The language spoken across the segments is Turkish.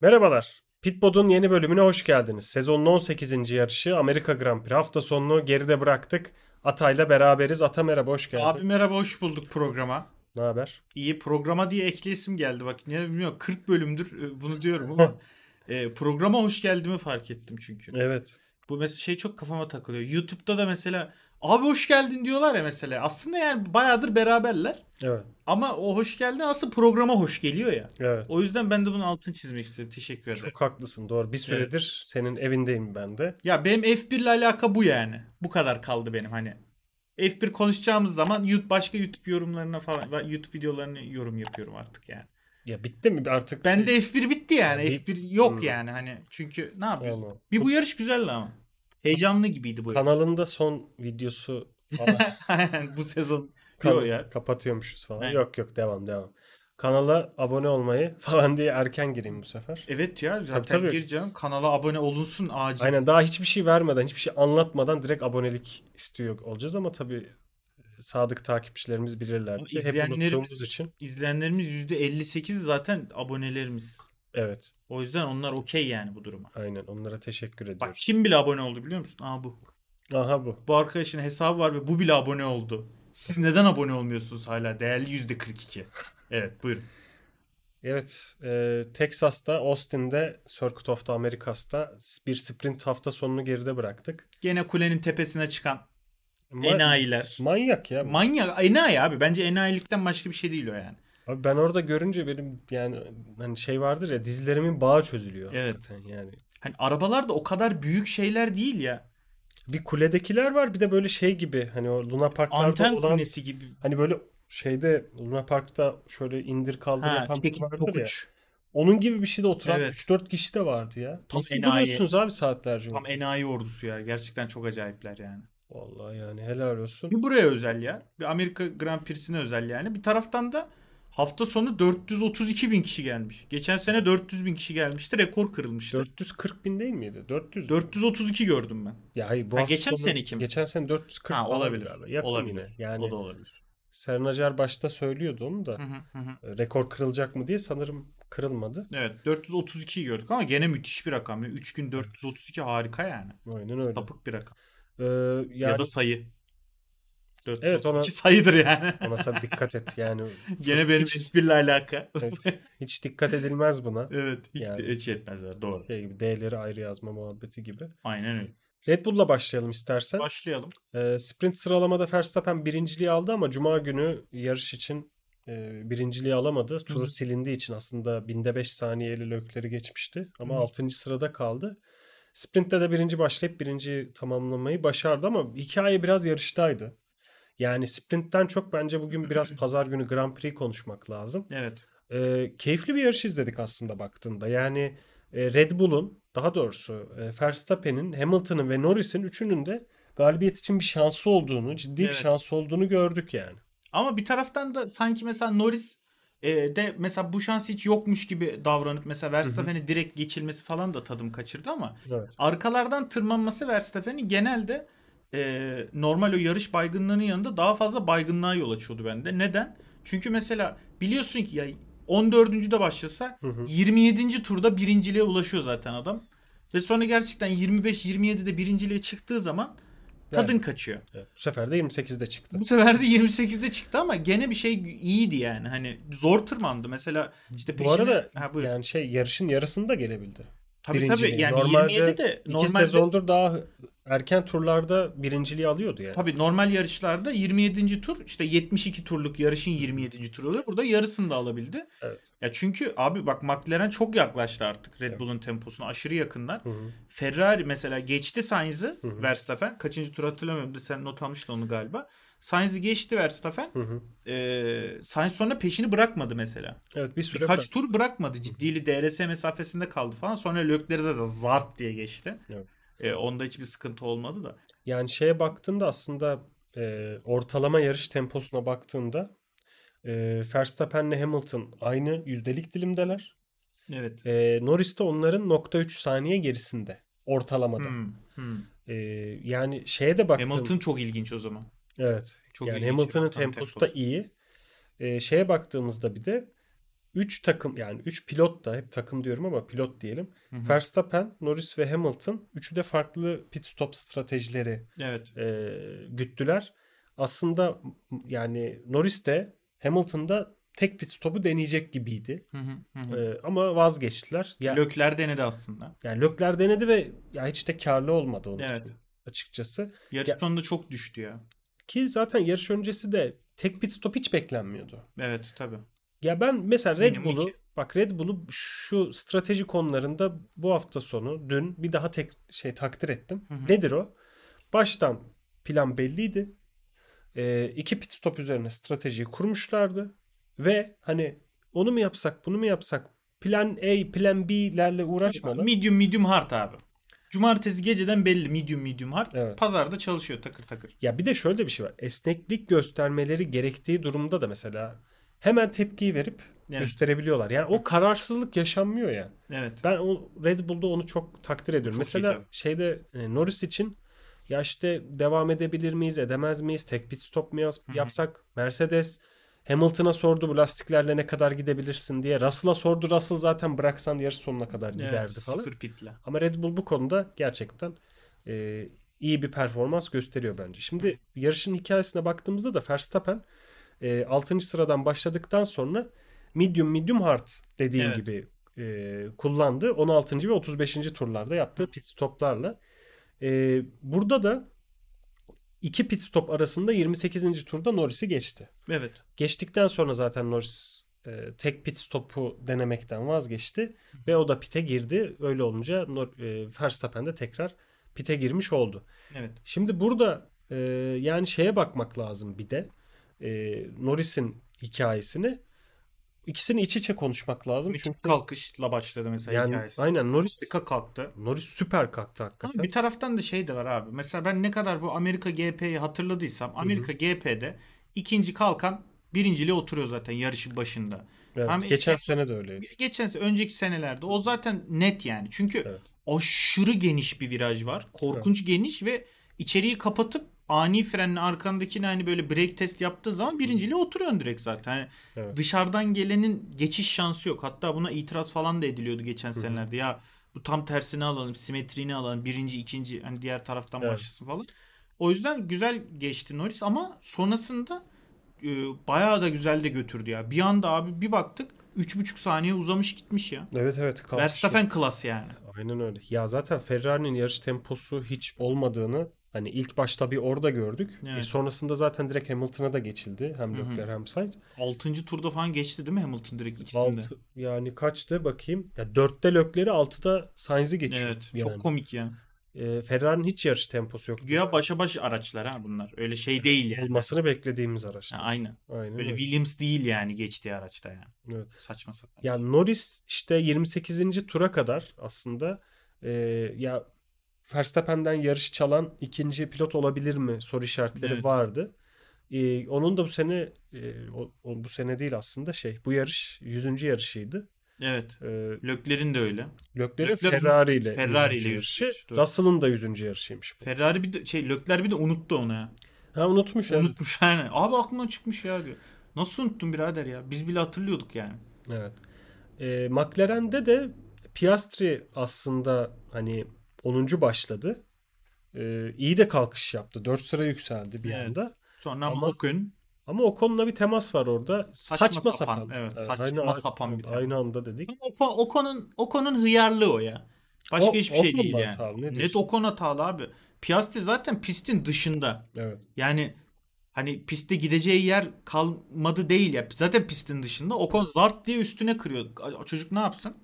Merhabalar. Pitbod'un yeni bölümüne hoş geldiniz. Sezonun 18. yarışı Amerika Grand Prix hafta sonunu geride bıraktık. Atay'la beraberiz. Ata merhaba hoş geldin. Abi merhaba hoş bulduk programa. Ne haber? İyi programa diye ekleyesim geldi bak. Ne bilmiyorum 40 bölümdür e, bunu diyorum ama e, programa hoş geldiğimi fark ettim çünkü. Evet. Bu mesela şey çok kafama takılıyor. YouTube'da da mesela abi hoş geldin diyorlar ya mesela. Aslında yani bayağıdır beraberler. Evet. Ama o hoş geldin aslında programa hoş geliyor ya. Evet. O yüzden ben de bunun altını çizmek istedim. Teşekkür ederim. Çok haklısın. Doğru. Bir süredir senin evindeyim ben de. Ya benim F1 ile alaka bu yani. Bu kadar kaldı benim hani. F1 konuşacağımız zaman yut- başka YouTube yorumlarına falan ve YouTube videolarını yorum yapıyorum artık yani. Ya bitti mi artık? şey- Ben de F1 bitti yani. Yani F1 yok Hmm. yani hani. Çünkü ne yapıyorsun? Vallahi. Bir bu yarış güzeldi ama. Heyecanlı gibiydi bu yarış. Kanalında son videosu falan. bu sezon. Kan- Yok ya. Kapatıyormuşuz falan. Evet. Yok yok devam devam. Kanala abone olmayı falan diye erken gireyim bu sefer. Evet ya zaten tabii. gireceğim. Kanala abone olunsun acil. Aynen daha hiçbir şey vermeden, hiçbir şey anlatmadan direkt abonelik istiyor olacağız ama tabii sadık takipçilerimiz bilirler Ama ki hep izleyenlerimiz- unuttuğumuz için. İzleyenlerimiz %58 zaten abonelerimiz. Evet, O yüzden onlar okey yani bu duruma. aynen onlara teşekkür Bak ediyoruz. kim bile abone oldu biliyor musun? Aa bu. Aha bu. Bu arkadaşın hesabı var ve bu bile abone oldu. Siz neden abone olmuyorsunuz hala? Değerli %42. Evet buyurun. Evet, e, Texas'ta, Austin'de, Circuit of the Americas'ta bir sprint hafta sonunu geride bıraktık. Gene kulenin tepesine çıkan Ma- enayiler. Manyak ya. bu. Manyak enayi abi. Bence enayilikten başka bir şey değil o yani. Abi ben orada görünce benim yani hani şey vardır ya dizlerimin bağı çözülüyor. Evet. hakikaten yani. Hani arabalar da o kadar büyük şeyler değil ya. Bir kuledekiler var bir de böyle şey gibi hani o Luna Parklarda Anten olan kulesi gibi. Hani böyle şeyde Luna Park'ta şöyle indir kaldır Ha, yapan biri çekik vardır ya. tokuç. Onun gibi bir şeyde oturan Evet. 3-4 kişi de vardı ya. Tam Nasıl enayi. duruyorsunuz abi saatlerce? Tam enayi ordusu ya. Gerçekten çok acayipler yani. Vallahi yani helal olsun. Bir buraya özel ya. Bir Amerika Grand Prix'sine özel yani. Bir taraftan da hafta sonu 432 bin kişi gelmiş. Geçen sene 400 bin kişi gelmişti. Rekor kırılmıştı. 440 bin değil miydi? 400. 432 gördüm ben. Ya hayır bu Ha, hafta geçen sonu- seneki mi? Geçen sene 440 Ha, falan olabilir. galiba. Yakın Olabilir. yine. Yani O da olabilir. Sernacar başta söylüyordu onu da Hı hı hı hı. e, rekor kırılacak mı diye sanırım kırılmadı. Evet 432'yi gördük ama gene müthiş bir rakam. 3 gün 432 harika yani. Aynen öyle. Sapık bir rakam. Ee, yani Ya da sayı. 432 Evet, ona- sayıdır yani. ona tabii dikkat et yani. Gene benim Hiç- hiçbirle alaka. Evet, hiç dikkat edilmez buna. evet. Hiç Yani. de hiç etmezler. Doğru. Şey gibi D'leri ayrı yazma muhabbeti gibi. Aynen öyle. Red Bull'la başlayalım istersen. Başlayalım. Ee, sprint sıralamada Verstappen birinciliği aldı ama Cuma günü yarış için e, birinciliği alamadı. Turu hı. silindiği için aslında binde 5 saniyeli lökleri geçmişti. Ama Hı hı. 6. sırada kaldı. Sprint'te de birinci başlayıp birinci tamamlamayı başardı ama hikaye biraz yarıştaydı. Yani sprint'ten çok bence bugün biraz pazar günü Grand Prix konuşmak lazım. Evet. E, keyifli bir yarış izledik aslında baktığında. Yani e, Red Bull'un daha doğrusu e, Verstappen'in, Hamilton'ın ve Norris'in üçünün de galibiyet için bir şansı olduğunu, ciddi bir Evet. şansı olduğunu gördük yani. Ama bir taraftan da sanki mesela Norris e, de mesela bu şans hiç yokmuş gibi davranıp mesela Verstappen'i direkt geçilmesi falan da tadım kaçırdı ama Evet. arkalardan tırmanması Verstappen'in genelde e, normal o yarış baygınlığının yanında daha fazla baygınlığa yol açıyordu bende. Neden? Çünkü mesela biliyorsun ki ya 14. de başlasa Hı hı. 27. turda birinciliğe ulaşıyor zaten adam. Ve sonra gerçekten 25-27'de birinciliğe çıktığı zaman tadın Evet. kaçıyor. Evet. Bu sefer de 28'de çıktı. Bu sefer de 28'de çıktı ama gene bir şey iyiydi yani. Hani zor tırmandı. Mesela işte Bu peşine... arada ha, buyur. yani şey yarışın yarısında gelebildi. tabii birinciliği. tabii yani Normalde 27'de İki normalde sezondur daha erken turlarda birinciliği alıyordu yani. Tabii normal yarışlarda 27. tur işte 72 turluk yarışın 27. turu oluyor. Burada yarısını da alabildi. Evet. Ya çünkü abi bak McLaren çok yaklaştı artık Red Evet. Bull'un temposuna aşırı yakınlar. Hı hı. Ferrari mesela geçti Sainz'i Hı hı. Verstappen. Kaçıncı tur hatırlamıyorum da sen not almıştın onu galiba. Sainz'i geçti Verstappen. Hı hı. Ee, Sainz sonra peşini bırakmadı mesela. Evet bir süre Birkaç tur bırakmadı. Ciddili DRS mesafesinde kaldı falan. Sonra Leclerc'e zaten zart diye geçti. Evet. Ee, onda hiçbir sıkıntı olmadı da. Yani şeye baktığında aslında e, ortalama yarış temposuna baktığında e, Verstappen'le Hamilton aynı yüzdelik dilimdeler. Evet. E, Norris de onların nokta 3 saniye gerisinde ortalamada. Hmm, hmm. E, yani şeye de baktığında Hamilton çok ilginç o zaman. evet. Çok yani ilginç Hamilton'ın Hamilton'ın temposu da temposu. iyi. E, şeye baktığımızda bir de 3 takım yani 3 pilot da hep takım diyorum ama pilot diyelim. Hı hı. Verstappen, Norris ve Hamilton üçü de farklı pit stop stratejileri Evet. e, güttüler. Aslında m- yani Norris de Hamilton'da tek pit stopu deneyecek gibiydi. Hı hı hı hı. E, ama vazgeçtiler. Ya, Lökler denedi aslında. yani Lökler denedi ve ya hiç de karlı olmadı onun Evet. için açıkçası. Yarış Ya- sonunda çok düştü ya. Ki zaten yarış öncesi de tek pit stop hiç beklenmiyordu. Evet tabii. Ya ben mesela Red Minimum Bull'u Hmm, iki. bak Red Bull'u şu strateji konularında bu hafta sonu dün bir daha tek şey takdir ettim. Hı hı. Nedir o? Baştan plan belliydi. Ee, iki pit stop üzerine stratejiyi kurmuşlardı ve hani onu mu yapsak bunu mu yapsak plan A plan B'lerle uğraşmadan Medium medium hard abi. Cumartesi geceden belli medium medium hard. Evet. Pazarda çalışıyor takır takır. Ya bir de şöyle bir şey var. Esneklik göstermeleri gerektiği durumda da mesela hemen tepkiyi verip Evet. gösterebiliyorlar. Yani o kararsızlık yaşanmıyor yani. Evet. Ben o Red Bull'da onu çok takdir ediyorum. Çok iyi mesela tabii. şeyde e, Norris için ya işte devam edebilir miyiz, edemez miyiz? Tek pit stop mu yap- yapsak? Mercedes Hamilton'a sordu bu lastiklerle ne kadar gidebilirsin diye. Russell'a sordu. Russell zaten bıraksan yarış sonuna kadar giderdi evet. falan. Sıfır pitle. Ama Red Bull bu konuda gerçekten e, iyi bir performans gösteriyor bence. Şimdi yarışın hikayesine baktığımızda da Verstappen e, 6. sıradan başladıktan sonra medium medium hard dediğim Evet. gibi e, kullandı. 16. ve 35. turlarda yaptığı pit stoplarla. E, burada da iki pit stop arasında 28. turda Norris'i geçti. Evet. Geçtikten sonra zaten Norris e, tek pit stopu denemekten vazgeçti ve o da pite girdi. Öyle olunca Nor- e, Verstappen de tekrar pite girmiş oldu. Evet. Şimdi burada e, yani şeye bakmak lazım bir de e, Norris'in hikayesini. İkisini iç içe konuşmak lazım. Çünkü Çünkü kalkışla başladı mesela yani hikayesi. aynen Norris Harika kalktı. Norris süper kalktı Ama hakikaten. bir taraftan da şey de var abi. Mesela ben ne kadar bu Amerika GP'yi hatırladıysam Amerika GP'de ikinci kalkan birinciliğe oturuyor zaten yarışın başında. Evet, Ama- geçen sene de öyleydi. Geçen sene, önceki senelerde o zaten net yani. Çünkü Evet. aşırı geniş bir viraj var. Korkunç geniş ve içeriği kapatıp ani frenle arkandakini hani böyle break test yaptığı zaman birinciliğe oturuyorsun direkt zaten. Hani Hmm. Evet. Dışarıdan gelenin geçiş şansı yok. Hatta buna itiraz falan da ediliyordu geçen senelerde. Ya bu tam tersini alalım, simetriğini alalım. Birinci, ikinci hani diğer taraftan Evet. başlasın falan. O yüzden güzel geçti Norris ama sonrasında e, bayağı da güzel de götürdü ya. Bir anda abi bir baktık 3,5 saniye uzamış gitmiş ya. Evet evet kalktı. Verstappen klas yani. Aynen öyle. Ya zaten Ferrari'nin yarış temposu hiç olmadığını hani ilk başta bir orada gördük. Evet. E sonrasında zaten direkt Hamilton'a da geçildi. Hem Hı hı. Leclerc hem Sainz. 6. turda falan geçti değil mi Hamilton direkt ikisinde? Altı, yani kaçtı bakayım. Ya 4'te Leclerc'i 6'da Sainz'i geçiyor. Evet. Yani. Çok komik ya. E, Ferrari'nin hiç yarış temposu yok. Güya başa baş araçlar ha bunlar. Öyle şey değil yani. Olmasını beklediğimiz araç. Ha, aynen. Aynen Böyle öyle. Williams değil yani geçtiği araçta yani. Evet. Saçma sapan. Ya Norris işte 28. tura kadar aslında e, ya Verstappen'den yarış çalan ikinci pilot olabilir mi soru işaretleri Evet. vardı. E, onun da bu sene e, o, o bu sene değil aslında şey bu yarış 100. yarışıydı. Evet. E, Löklerin de öyle. Leclerc'in Leclerc'in Ferrari ile Ferrari 100. ile yarışı, 100. Doğru. Russell'ın da 100. yarışıymış. bu. Ferrari bir de şey Lökler bir de unuttu onu ya. Ha unutmuş. evet. Unutmuş yani. Abi aklımdan çıkmış ya diyor. Nasıl unuttun birader ya? Biz bile hatırlıyorduk yani. Evet. Ee, McLaren'de de Piastri aslında hani 10. başladı. Ee, iyi de kalkış yaptı. 4 sıra yükseldi bir Evet. anda. Sonra Ama- ama o gün Ama o konuda bir temas var orada. Saçma, Saçma sapan. sapan, evet, saçma aynı, sapan bir temas. Aynı anda dedik. Oko, Oko'nun Oko'nun hıyarlığı o ya. Başka O- hiçbir Ocon şey değil mu yani. hatalı, ne Net diyorsun? Okon hatalı abi. Piastri zaten pistin dışında. Evet. Yani hani piste gideceği yer kalmadı değil ya. Zaten pistin dışında. Ocon zart diye üstüne kırıyor. A- Çocuk ne yapsın?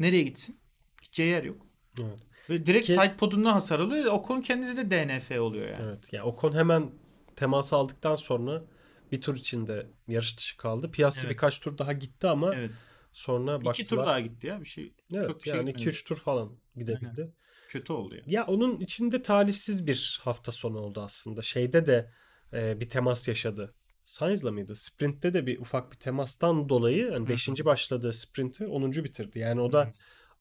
Nereye gitsin? Gideceği yer yok. Evet. Ve direkt Ki- side poduna hasar alıyor. Ocon kendisi de DNF oluyor yani. Evet. Ya Ocon hemen teması aldıktan sonra bir tur içinde yarış dışı kaldı. Piastri Evet. birkaç tur daha gitti ama Evet. sonra baktılar. İki tur daha gitti ya. Bir şey Evet, çok bir şey yani gitmedi. 2-3 tur falan gidebildi. kötü oldu ya. Ya onun içinde talihsiz bir hafta sonu oldu aslında. Şeyde de e, bir temas yaşadı. Sainz'la mıydı? Sprint'te de bir ufak bir temastan dolayı hani 5. başladığı sprinti 10. bitirdi. Yani o da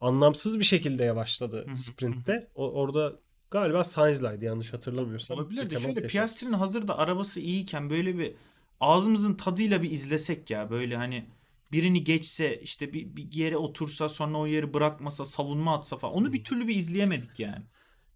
anlamsız bir şekilde yavaşladı sprintte. O, orada galiba Sainz'laydı yanlış hatırlamıyorsam. Olabilir Bir de temas şöyle yaşadı. Piastri'nin hazırda arabası iyiyken böyle bir ağzımızın tadıyla bir izlesek ya böyle hani birini geçse işte bir, bir yere otursa sonra o yeri bırakmasa savunma atsa falan onu bir türlü bir izleyemedik yani.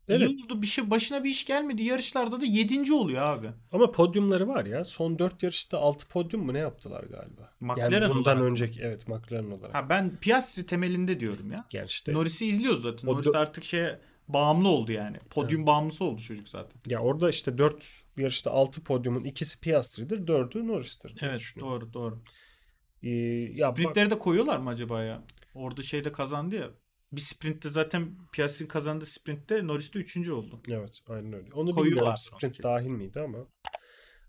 Evet. İyi oldu bir şey başına bir iş gelmedi. Yarışlarda da 7. oluyor abi. Ama podyumları var ya. Son 4 yarışta 6 podyum mu ne yaptılar galiba? yani McLaren bundan olarak mı? önceki evet McLaren olarak. Ha ben Piastri temelinde diyorum ya. Yani işte Norris'i izliyoruz zaten. O Norris dö- artık şeye bağımlı oldu yani. Podyum bağımlısı oldu çocuk zaten. ya orada işte 4 yarışta 6 podyumun ikisi Piastri'dir, 4'ü Norris'tir. diye düşünüyorum. doğru doğru. Ee, ya bak- Sprintleri de koyuyorlar mı acaba ya? Orada şeyde kazandı ya. Bir sprintte zaten Piastri kazandı sprintte Norris de 3. oldu. Evet aynen öyle. Onu Koyuyorlar bilmiyorum sanki. sprint dahil miydi ama.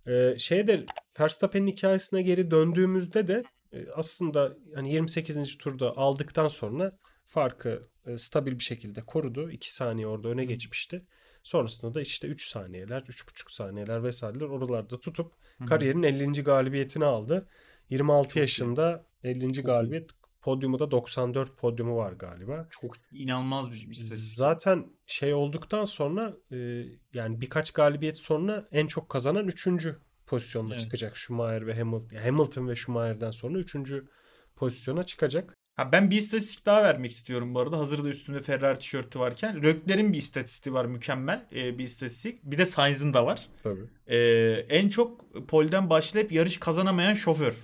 Ee, şey de Verstappen'in hikayesine geri döndüğümüzde de e, aslında hani 28. turda aldıktan sonra farkı e, stabil bir şekilde korudu. 2 saniye orada öne geçmişti. Sonrasında da işte 3 saniyeler, 3,5 saniyeler vesaireler oralarda tutup kariyerin 50. galibiyetini aldı. 26 yaşında 50. galibiyet podyumu da 94 podyumu var galiba. Çok inanılmaz bir istatistik. Zaten şey olduktan sonra e, yani birkaç galibiyet sonra en çok kazanan üçüncü pozisyonda Evet. çıkacak Schumacher ve Hamilton. Hamilton ve Schumacher'den sonra üçüncü pozisyona çıkacak. Ha ben bir istatistik daha vermek istiyorum bu arada. Hazırda üstümde Ferrari tişörtü varken. Rökler'in bir istatistiği var mükemmel e, bir istatistik. Bir de Sainz'ın da var. Tabii. Ee, en çok polden başlayıp yarış kazanamayan şoför.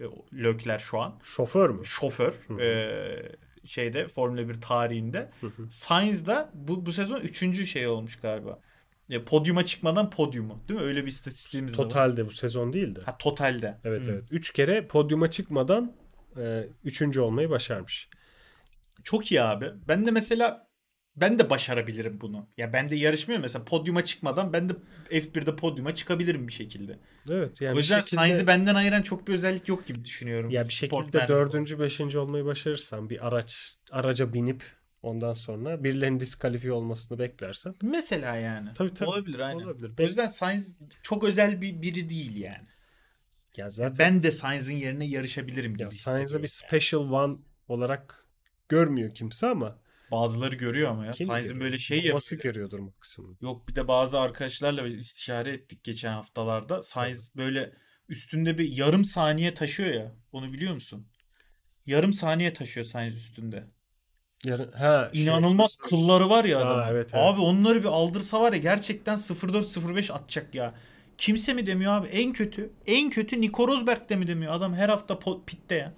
Ee, Lökler şu an. Şoför mü? Şoför. hı. ee, şeyde Formula 1 tarihinde. hı. Sainz da bu, bu sezon üçüncü şey olmuş galiba. Ya, podyuma çıkmadan podyumu. Değil mi? Öyle bir istatistiğimiz de var. Totalde bu sezon değildi. Ha, totalde. Evet Hı. evet. Üç kere podyuma çıkmadan e, üçüncü olmayı başarmış. Çok iyi abi. Ben de mesela ben de başarabilirim bunu. Ya ben de yarışmıyorum mesela podyuma çıkmadan ben de F1'de podyuma çıkabilirim bir şekilde. Evet yani o bir yüzden şekilde- Sainz'i benden ayıran çok bir özellik yok gibi düşünüyorum. ya bir Sport şekilde dernek dördüncü, beşinci olmayı başarırsan bir araç araca binip ondan sonra birilerinin diskalifiye olmasını beklersen Mesela yani. Tabii, tabii. Olabilir aynen. Olabilir. O yüzden Sainz çok özel bir biri değil yani. ya zaten Ben de Sainz'in yerine yarışabilirim gibi. Ya Sainz'ı hissediyorum bir special one olarak görmüyor kimse ama yani. Bazıları görüyor ama ya. Kim Sainz'in görüyor? böyle şey yapıyor. babası görüyordur maksimum. Yok bir de bazı arkadaşlarla istişare ettik geçen haftalarda. Sainz böyle üstünde bir yarım saniye taşıyor ya. Onu biliyor musun? Yarım saniye taşıyor Sainz üstünde. Yani, ha, şey- İnanılmaz kılları var ya Ha, adamın. evet, evet. Abi onları bir aldırsa var ya gerçekten 04-05 atacak ya. Kimse mi demiyor abi? En kötü, en kötü Nico Rosberg de mi demiyor? Adam her hafta po- pitte ya.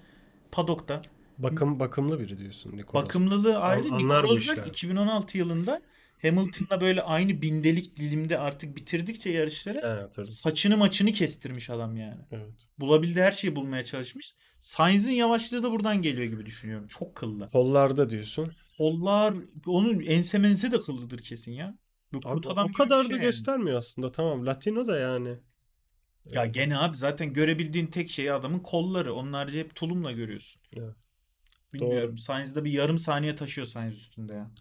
Padok'ta. bakım bakımlı biri diyorsun Nikola. Bakımlılığı ayrı. An- Nico anlar bu Rosberg işler. 2016 yılında Hamilton'la böyle aynı bindelik dilimde artık bitirdikçe yarışları Ha, tabii. saçını maçını kestirmiş adam yani. Evet. Bulabildiği her şeyi bulmaya çalışmış. Sainz'in yavaşlığı da buradan geliyor gibi düşünüyorum. Çok kıllı. Kollarda diyorsun. Kollar onun ensemenize de kıllıdır kesin ya. Bu Abi, kurt adam o gibi kadar bir şey da yani. göstermiyor aslında. Tamam Latino da yani. Ya gene abi zaten görebildiğin tek şey adamın kolları. Onun harici hep tulumla görüyorsun. Evet. Bilmiyorum. Sainz'de bir yarım saniye taşıyor Sainz üstünde ya.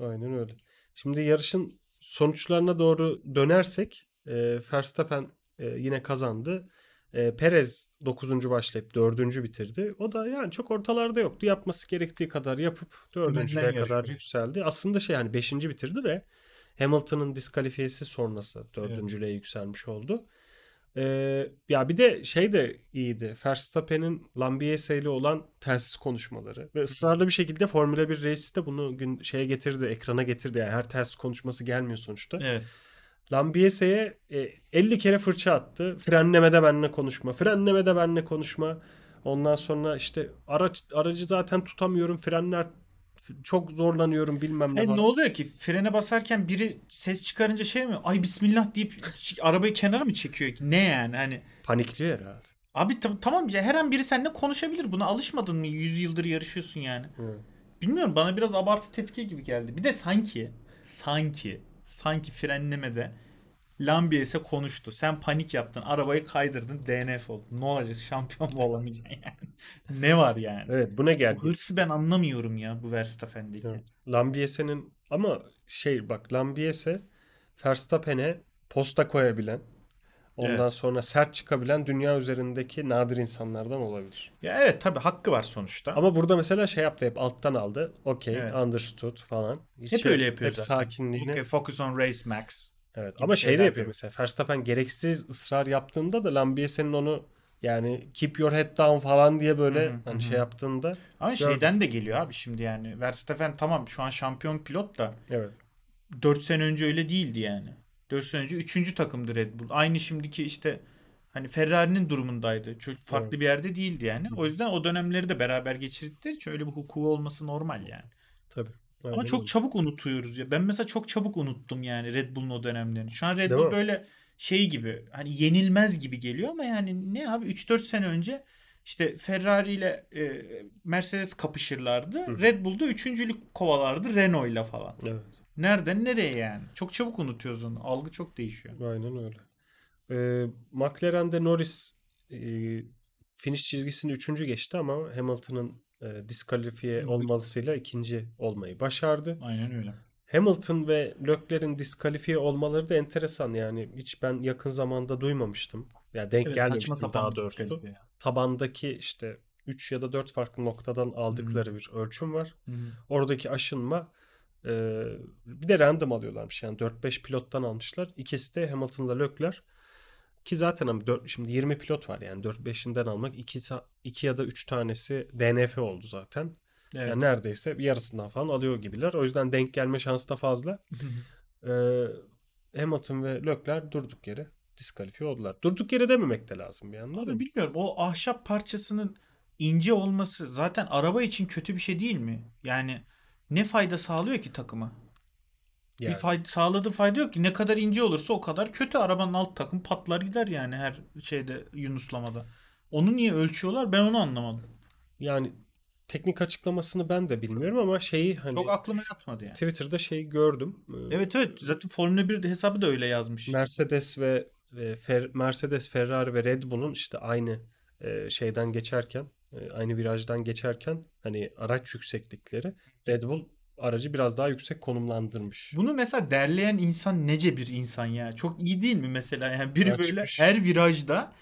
Aynen öyle. Şimdi yarışın sonuçlarına doğru dönersek e, Verstappen e, yine kazandı. E, Perez 9. başlayıp 4. bitirdi. O da yani çok ortalarda yoktu. Yapması gerektiği kadar yapıp 4. Önden yarışıyor. kadar yükseldi. Aslında şey yani 5. bitirdi de Hamilton'ın diskalifiyesi sonrası 4. yükselmiş oldu. E, ya bir de şey de iyiydi. Verstappen'in Lambiase ile olan telsiz konuşmaları ve ısrarlı bir şekilde Formula 1 reisi de bunu gün şeye getirdi, ekrana getirdi. Yani her telsiz konuşması gelmiyor sonuçta. Evet. Lambiese'ye e, 50 kere fırça attı. Frenlemede benimle konuşma. Frenlemede benimle konuşma. Ondan sonra işte araç aracı zaten tutamıyorum. Frenler çok zorlanıyorum bilmem ne. E, falan. ne oluyor ki? Frene basarken biri ses çıkarınca şey mi? Ay bismillah deyip arabayı kenara mı çekiyor ki? Ne yani? Hani Panikliyor herhalde. Abi tam- tamam ya her an biri seninle konuşabilir. Buna alışmadın mı? 100 yıldır yarışıyorsun yani. Hı. Bilmiyorum bana biraz abartı tepki gibi geldi. Bir de sanki sanki sanki frenlemede Lambies'e konuştu. Sen panik yaptın. Arabayı kaydırdın. DNF oldu. Ne olacak? Şampiyon mu olamayacaksın yani? ne var yani? Evet bu ne geldi? Bu hırsı ben anlamıyorum ya bu Verstappen'deki. Evet. Lambiese'nin ama şey bak Lambiese Verstappen'e posta koyabilen ondan Evet. sonra sert çıkabilen dünya üzerindeki nadir insanlardan olabilir. Ya evet tabii hakkı var sonuçta. Ama burada mesela şey yaptı hep alttan aldı. Okey, Evet. understood falan. Hiç hep şey- öyle yapıyor Hep zaten. sakinliğine. Okay, focus on race max. Evet. Ama şey de şeyler yapıyor yapıyor. mesela. Verstappen gereksiz ısrar yaptığında da Lambiese'nin onu Yani keep your head down falan diye böyle Hı hı, hani hı. şey yaptığında Ama Gördüm. şeyden de geliyor abi şimdi yani. Verstappen tamam şu an şampiyon pilot da evet. 4 sene önce öyle değildi yani. 4 sene önce 3. takımdı Red Bull. Aynı şimdiki işte hani Ferrari'nin durumundaydı. Çok farklı bir yerde değildi yani. O yüzden o dönemleri de beraber geçirdikleri için öyle bir hukuku olması normal yani. Tabii. Ama çok çabuk unutuyoruz ya. Ben mesela çok çabuk unuttum yani Red Bull'un o dönemlerini. Şu an Red Değil Bull mi? böyle şey gibi hani yenilmez gibi geliyor ama yani ne abi 3-4 sene önce işte Ferrari ile e, Mercedes kapışırlardı. Hı. Red Bull'da üçüncülük kovalardı Renault'la falan. Evet. Nereden nereye yani? Çok çabuk unutuyoruz onu. Algı çok değişiyor. Aynen öyle. Ee, McLaren'de Norris e, finish çizgisini üçüncü geçti ama Hamilton'ın e, diskalifiye Evet. olmasıyla ikinci olmayı başardı. Aynen öyle. Hamilton ve Leclerc'in diskalifiye olmaları da enteresan yani hiç ben yakın zamanda duymamıştım. Ya denk gelmemiştim daha doğrusu. şey Tabandaki işte 3 ya da 4 farklı noktadan aldıkları bir ölçüm var. Oradaki aşınma e, bir de random alıyorlarmış. Yani 4-5 pilottan almışlar. İkisi de Hamilton'la Lökler. Ki zaten ama 4, şimdi 20 pilot var yani 4-5'inden almak 2, 2 ya da 3 tanesi DNF oldu zaten. Evet. Yani neredeyse yarısından falan alıyor gibiler. O yüzden denk gelme şansı da fazla. Ee, Hamilton ve Lökler durduk yere diskalifiye oldular. Durduk yere dememek de lazım bir yandan. Abi bilmiyorum o ahşap parçasının ince olması zaten araba için kötü bir şey değil mi? Yani ne fayda sağlıyor ki takıma? Yani. Bir fayda, sağladığı fayda yok ki. Ne kadar ince olursa o kadar kötü. Arabanın alt takım patlar gider yani her şeyde yunuslamada. Onu niye ölçüyorlar ben onu anlamadım. yani teknik açıklamasını ben de bilmiyorum ama şeyi hani Çok aklıma yatmadı yani. Twitter'da şeyi gördüm. Ee, Evet evet zaten Formula 1 hesabı da öyle yazmış. Mercedes ve ve Fer- Mercedes, Ferrari ve Red Bull'un işte aynı e, şeyden geçerken, e, aynı virajdan geçerken hani araç yükseklikleri Red Bull aracı biraz daha yüksek konumlandırmış. Bunu mesela derleyen insan nece bir insan ya. Çok iyi değil mi mesela? Yani biri Açmış. böyle her virajda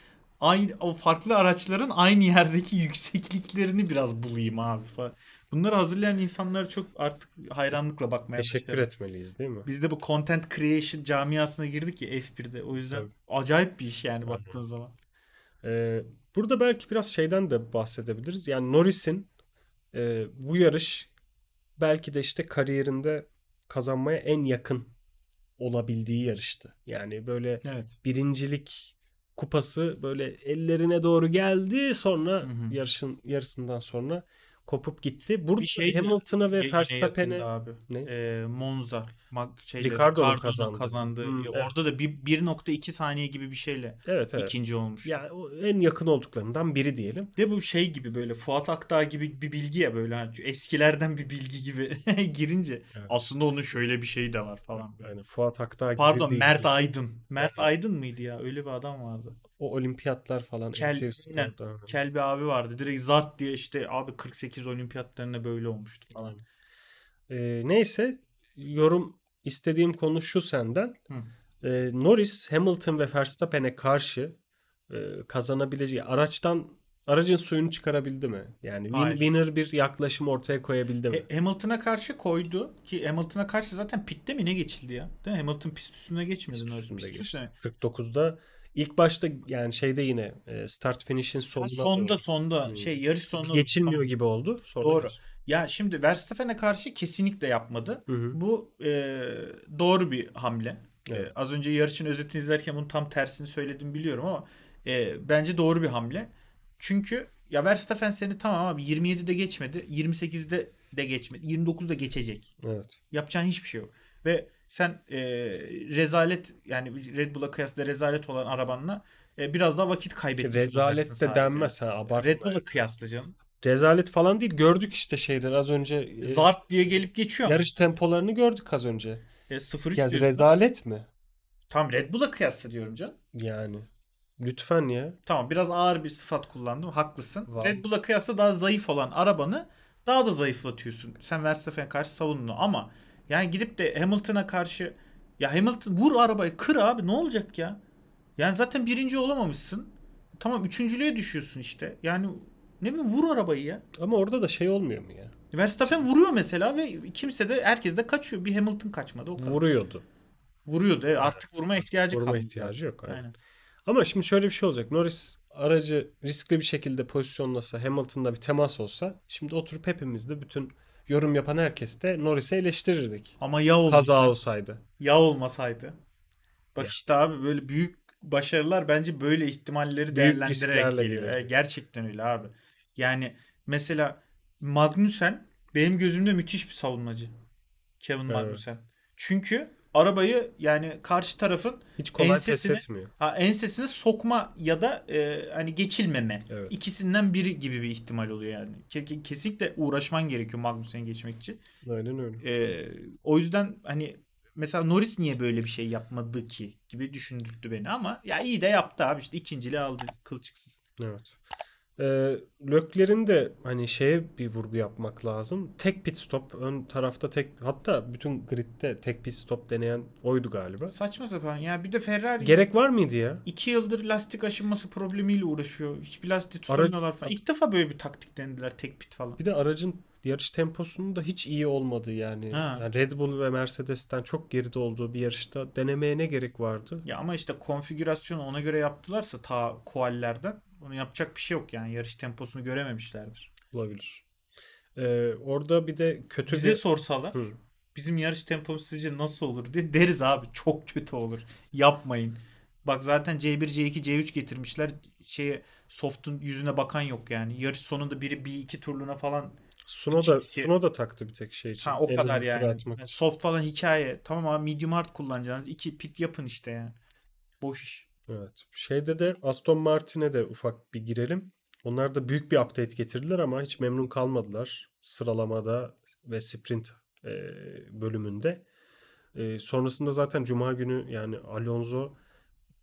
aynı o farklı araçların aynı yerdeki yüksekliklerini biraz bulayım abi falan. Bunları hazırlayan insanlar çok artık hayranlıkla bakmaya Teşekkür başladı. etmeliyiz değil mi? Biz de bu content creation camiasına girdik ya F1'de. O yüzden Tabii. acayip bir iş yani baktığın zaman. Ee, burada belki biraz şeyden de bahsedebiliriz. Yani Norris'in e, bu yarış belki de işte kariyerinde kazanmaya en yakın olabildiği yarıştı. Yani böyle Evet. birincilik kupası böyle ellerine doğru geldi. Sonra Hı hı. yarışın yarısından sonra kopup gitti. Burada Bir şey de- Hamilton'a ve Yine Verstappen'e yakında abi. ne? Ee, Monza. Mag- şeyde, Ricardo'nun Ricardo'nun kazandı. kazandığı. Hmm, evet. Orada da bir 1.2 saniye gibi bir şeyle evet evet. ikinci olmuş. Yani o en yakın olduklarından biri diyelim. Bir De bu şey gibi böyle Fuat Aktağ gibi bir bilgi ya böyle hani eskilerden bir bilgi gibi girince Evet. aslında onun şöyle bir şeyi de var falan. Yani Fuat Aktağ gibi Pardon bir- Mert Aydın. Mert Aydın mıydı ya? Öyle bir adam vardı. o olimpiyatlar falan Kel- MTV aynen. Spor'da. Kel bir abi vardı. Direkt zart diye işte abi 48 olimpiyatlarında böyle olmuştu falan. Ee, neyse yorum istediğim konu şu senden. Hı. Ee, Norris Hamilton ve Verstappen'e karşı e, kazanabileceği araçtan aracın suyunu çıkarabildi mi? Yani win- Hayır. winner bir yaklaşım ortaya koyabildi mi? E, Hamilton'a karşı koydu ki Hamilton'a karşı zaten pitte mi ne geçildi ya? Değil mi? Hamilton pist üstüne geçmedi. Pist Norris. üstünde geçti. üstüne. 49'da ilk başta yani şeyde yine e, start finish'in Ha, sonuna Sonda doğru sonda Hmm. şey yarış sonunda geçilmiyor gibi oldu. Sonra Doğru. Ya şimdi Verstappen'e karşı kesinlikle yapmadı. Hı hı. Bu e, doğru bir hamle. Evet. E, az önce yarışın özetini izlerken bunun tam tersini söyledim biliyorum ama e, bence doğru bir hamle. Çünkü ya Verstappen seni tamam abi 27'de geçmedi, 28'de de geçmedi, 29'da geçecek. Evet. Yapacağın hiçbir şey yok. Ve sen e, rezalet yani Red Bull'a kıyasla rezalet olan arabanla e, biraz daha vakit kaybetmiş Rezalet olacaksın de sadece. denmez ha abartma. Red Bull'a kıyasla canım. Rezalet falan değil gördük işte şeyler az önce. e, Zart diye gelip geçiyor. yarış tempolarını gördük az önce. E, 0-3 Ya diyorsun. rezalet mi? Tam Red Bull'a kıyasla diyorum canım. Yani. Lütfen ya. Tamam biraz ağır bir sıfat kullandım. Haklısın. Vallahi. Red Bull'a kıyasla daha zayıf olan arabanı daha da zayıflatıyorsun. Sen Verstappen'e karşı savununu ama yani gidip de Hamilton'a karşı ya Hamilton vur arabayı kır abi ne olacak ya? Yani zaten birinci olamamışsın. Tamam üçüncülüğe düşüyorsun işte. Yani ne bileyim vur arabayı ya. Ama orada da şey olmuyor mu ya? Verstappen vuruyor mesela ve kimse de herkes de kaçıyor. Bir Hamilton kaçmadı o kadar. Vuruyordu. Vuruyordu. evet. artık vurma ihtiyacı Vurma kalmadı. ihtiyacı yok. aynen. Aynen. Ama şimdi şöyle bir şey olacak. Norris aracı riskli bir şekilde pozisyonlasa Hamilton'da bir temas olsa şimdi oturup hepimiz de bütün yorum yapan herkes de Norris'i eleştirirdik. Ama ya olmuştu. Kaza olsaydı. Ya olmasaydı. Bak işte abi böyle büyük başarılar bence böyle ihtimalleri değerlendirerek risklerle geliyor. geliyor. E, gerçekten öyle abi. Yani mesela Magnussen benim gözümde müthiş bir savunmacı. Kevin Evet. Magnussen. Çünkü arabayı yani karşı tarafın Hiç kolay Ensesini- pes etmiyor. ha, ensesine sokma ya da e, hani geçilmeme. Evet. İkisinden biri gibi bir ihtimal oluyor yani. Ke- ke- kesinlikle uğraşman gerekiyor Magnussen'i geçmek için. Aynen öyle. Ee, o yüzden hani mesela Norris niye böyle bir şey yapmadı ki gibi düşündürttü beni ama ya iyi de yaptı abi işte ikinciliği aldı kılçıksız. Evet. Ee, Lökler'in de hani şeye bir vurgu yapmak lazım. Tek pit stop ön tarafta tek hatta bütün gridde tek pit stop deneyen oydu galiba. Saçma sapan ya bir de Ferrari Gerek var mıydı ya? iki yıldır lastik aşınması problemiyle uğraşıyor. Hiçbir lastik Ara- tutamıyorlar falan. İlk defa böyle bir taktik denediler tek pit falan. Bir de aracın yarış temposunun da hiç iyi olmadı yani. Ha. Yani Red Bull ve Mercedes'ten çok geride olduğu bir yarışta denemeye ne gerek vardı? Ya ama işte konfigürasyonu ona göre yaptılarsa ta koallerden onu yapacak bir şey yok yani yarış temposunu görememişlerdir. Olabilir. Ee, orada bir de kötü Bize bir... sorsalar Hı. bizim yarış tempomuz sizce nasıl olur diye deriz abi çok kötü olur. Yapmayın. Bak zaten C1, C2, C3 getirmişler. Şeye soft'un yüzüne bakan yok yani. Yarış sonunda biri bir iki turluğuna falan Sunoda, İki- Sunoda taktı bir tek şey için. ha o En kadar hızlı yani. tura atmak Yani için. Soft falan hikaye. Tamam abi medium hard kullanacaksınız. İki pit yapın işte yani. Boş iş. Evet. Şeyde de Aston Martin'e de ufak bir girelim. Onlar da büyük bir update getirdiler ama hiç memnun kalmadılar. Sıralamada ve sprint e, bölümünde. E, sonrasında zaten Cuma günü yani Alonso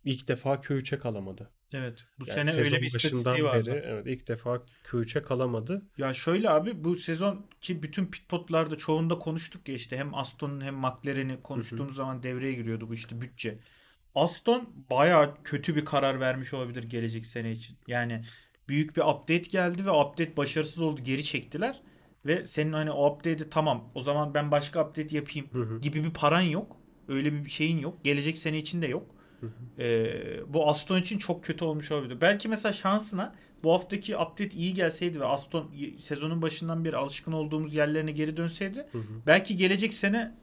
ilk defa Q3'e kalamadı. Evet. Bu Yani sene öyle sezon bir başından istatistiği vardı. beri, evet ilk defa Q3'e kalamadı. Ya şöyle abi bu sezon ki bütün pit potlarda çoğunda konuştuk ya işte hem Aston'un hem McLaren'i konuştuğumuz zaman devreye giriyordu bu işte bütçe. Aston bayağı kötü bir karar vermiş olabilir gelecek sene için. Yani büyük bir update geldi ve update başarısız oldu geri çektiler. Ve senin hani o update'i tamam o zaman ben başka update yapayım Hı hı. gibi bir paran yok. Öyle bir şeyin yok. Gelecek sene için de yok. Ee, bu Aston için çok kötü olmuş olabilir. Belki mesela şansına bu haftaki update iyi gelseydi ve Aston y- sezonun başından beri alışkın olduğumuz yerlerine geri dönseydi Hı hı. belki gelecek sene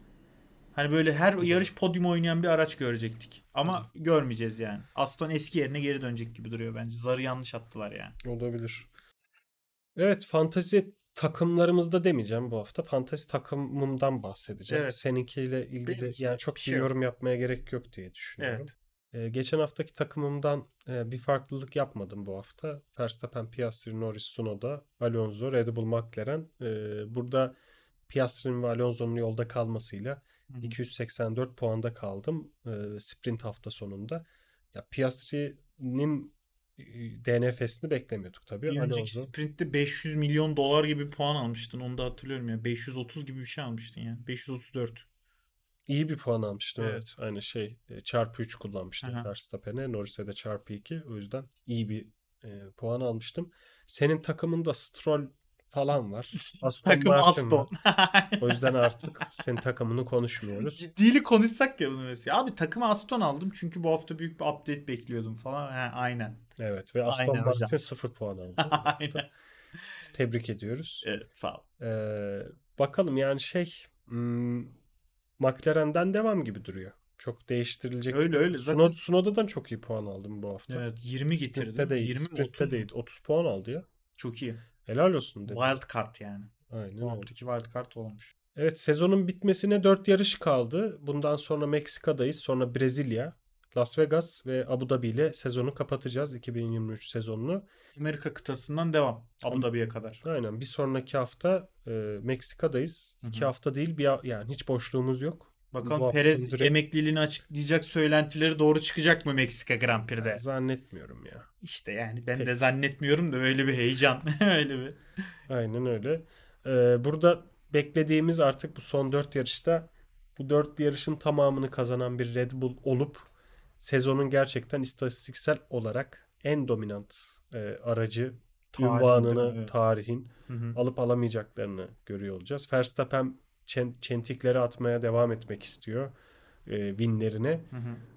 hani böyle her yarış podyum oynayan bir araç görecektik. Ama görmeyeceğiz yani. Aston eski yerine geri dönecek gibi duruyor bence. Zarı yanlış attılar yani. Olabilir. Evet, fantezi takımlarımızda demeyeceğim bu hafta. Fantezi takımımdan bahsedeceğim. Evet. Seninkiyle ilgili Benim için yani çok bir bir şey yok. yorum yapmaya gerek yok diye düşünüyorum. Evet. Ee, geçen haftaki takımımdan e, bir farklılık yapmadım bu hafta. Verstappen, Piastri, Norris, Sunoda, Alonso, Red Bull, McLaren. Ee, burada Piastri'nin ve Alonso'nun yolda kalmasıyla Hı hı. 284 puanda kaldım e, sprint hafta sonunda. Ya Piastri'nin e, DNF'sini beklemiyorduk tabii. Bir Alonso- önceki sprintte 500 milyon dolar gibi bir puan almıştın. Onu da hatırlıyorum ya. 530 gibi bir şey almıştın yani. 534. İyi bir puan almıştı. Evet. Evet. Aynı şey e, çarpı 3 kullanmıştım Aha. Verstappen'e. Norris'e de çarpı 2. O yüzden iyi bir e, puan almıştım. Senin takımında Stroll falan var. Aston Takım Martin Aston. var. O yüzden artık senin takımını konuşmuyoruz. Ciddili konuşsak ya bunu mesela. Abi takıma Aston aldım çünkü bu hafta büyük bir update bekliyordum falan. Ha, aynen. Evet ve Aston Aynen hocam. Martin 0 puan aldı. aynen. Tebrik ediyoruz. Evet, sağ ol. Ee, bakalım yani şey hmm, McLaren'den devam gibi duruyor. Çok değiştirilecek. Öyle öyle. Zaten Suno- Sunoda'dan çok iyi puan aldım bu hafta. evet, 20 Sprintte getirdim. değil, 20 mi, 30 sprintte mu? değil. 30 puan aldı ya. Çok iyi. Helal olsun dedi. Wild card yani. Bu Aynen öyle. haftaki wild card olmuş. Evet sezonun bitmesine 4 yarış kaldı. Bundan sonra Meksika'dayız. Sonra Brezilya, Las Vegas ve Abu Dhabi ile sezonu kapatacağız. 2023 sezonunu. Amerika kıtasından devam. Abu Dhabi'ye kadar. Aynen bir sonraki hafta e, Meksika'dayız. Hı hı. 2 hafta değil bir ha- yani hiç boşluğumuz yok. Bu Bakalım haftanın Perez direkt- emekliliğini açıklayacak söylentileri doğru çıkacak mı Meksika Grand Prix'de? Zannetmiyorum ya. İşte yani ben de Peki. Ee,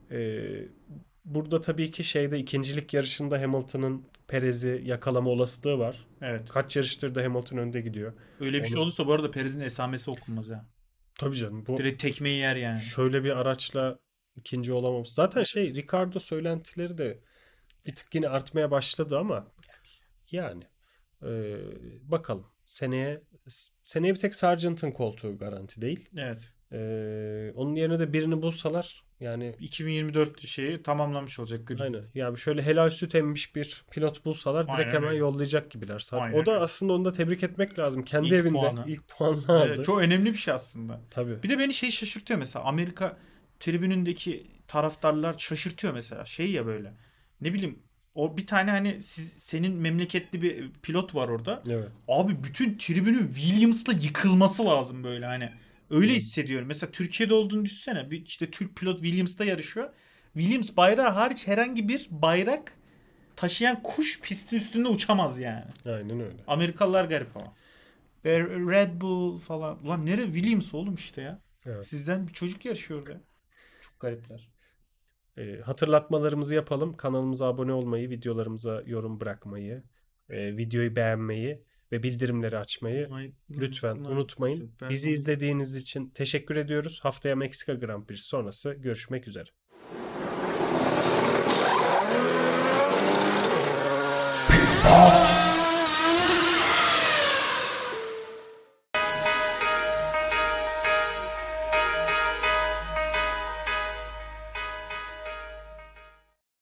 e, e, burada tabii ki şeyde ikincilik yarışında Hamilton'ın Perez'i yakalama olasılığı var. Evet. Kaç yarıştır da Hamilton önde gidiyor. Öyle bir şey Onu- olursa bu arada Perez'in esamesi okunmaz ha. Tabii canım bu Direkt tekmeyi yer yani. şöyle bir araçla ikinci olamamış. Zaten şey Ricardo söylentileri de bir tık yine artmaya başladı ama yani e, bakalım seneye seneye bir tek Sargent'ın koltuğu garanti değil. Evet. E, onun yerine de birini bulsalar yani 2024 şeyi tamamlamış olacak. Grid. Aynen. Yani şöyle helal süt emmiş bir pilot bulsalar direkt Aynen hemen öyle. yollayacak gibiler. Sarp. Aynen O da öyle. aslında onu da tebrik etmek lazım. Kendi İlk evinde puanı. ilk puanını aldı. Evet, çok önemli bir şey aslında. Tabii. Bir de beni şey şaşırtıyor mesela. Amerika tribünündeki taraftarlar şaşırtıyor mesela. Şey ya böyle. Ne bileyim o bir tane hani siz, senin memleketli bir pilot var orada. Evet. Abi bütün tribünün Williams'la yıkılması lazım böyle hani. Öyle Hmm. hissediyorum. Mesela Türkiye'de olduğunu düşünsene. Bir işte Türk pilot Williams'ta yarışıyor. Williams bayrağı hariç herhangi bir bayrak taşıyan kuş pistin üstünde uçamaz yani. Aynen öyle. Amerikalılar garip ama. Ve Red Bull falan. Ulan nere Williams oğlum işte ya. Evet. Sizden bir çocuk yarışıyor be. Çok garipler. E, hatırlatmalarımızı yapalım. Kanalımıza abone olmayı, videolarımıza yorum bırakmayı, e, videoyu beğenmeyi ve bildirimleri açmayı Ee, lütfen unutmayın. Bizi izlediğiniz için teşekkür ediyoruz. Haftaya Meksika Grand Prix sonrası görüşmek üzere.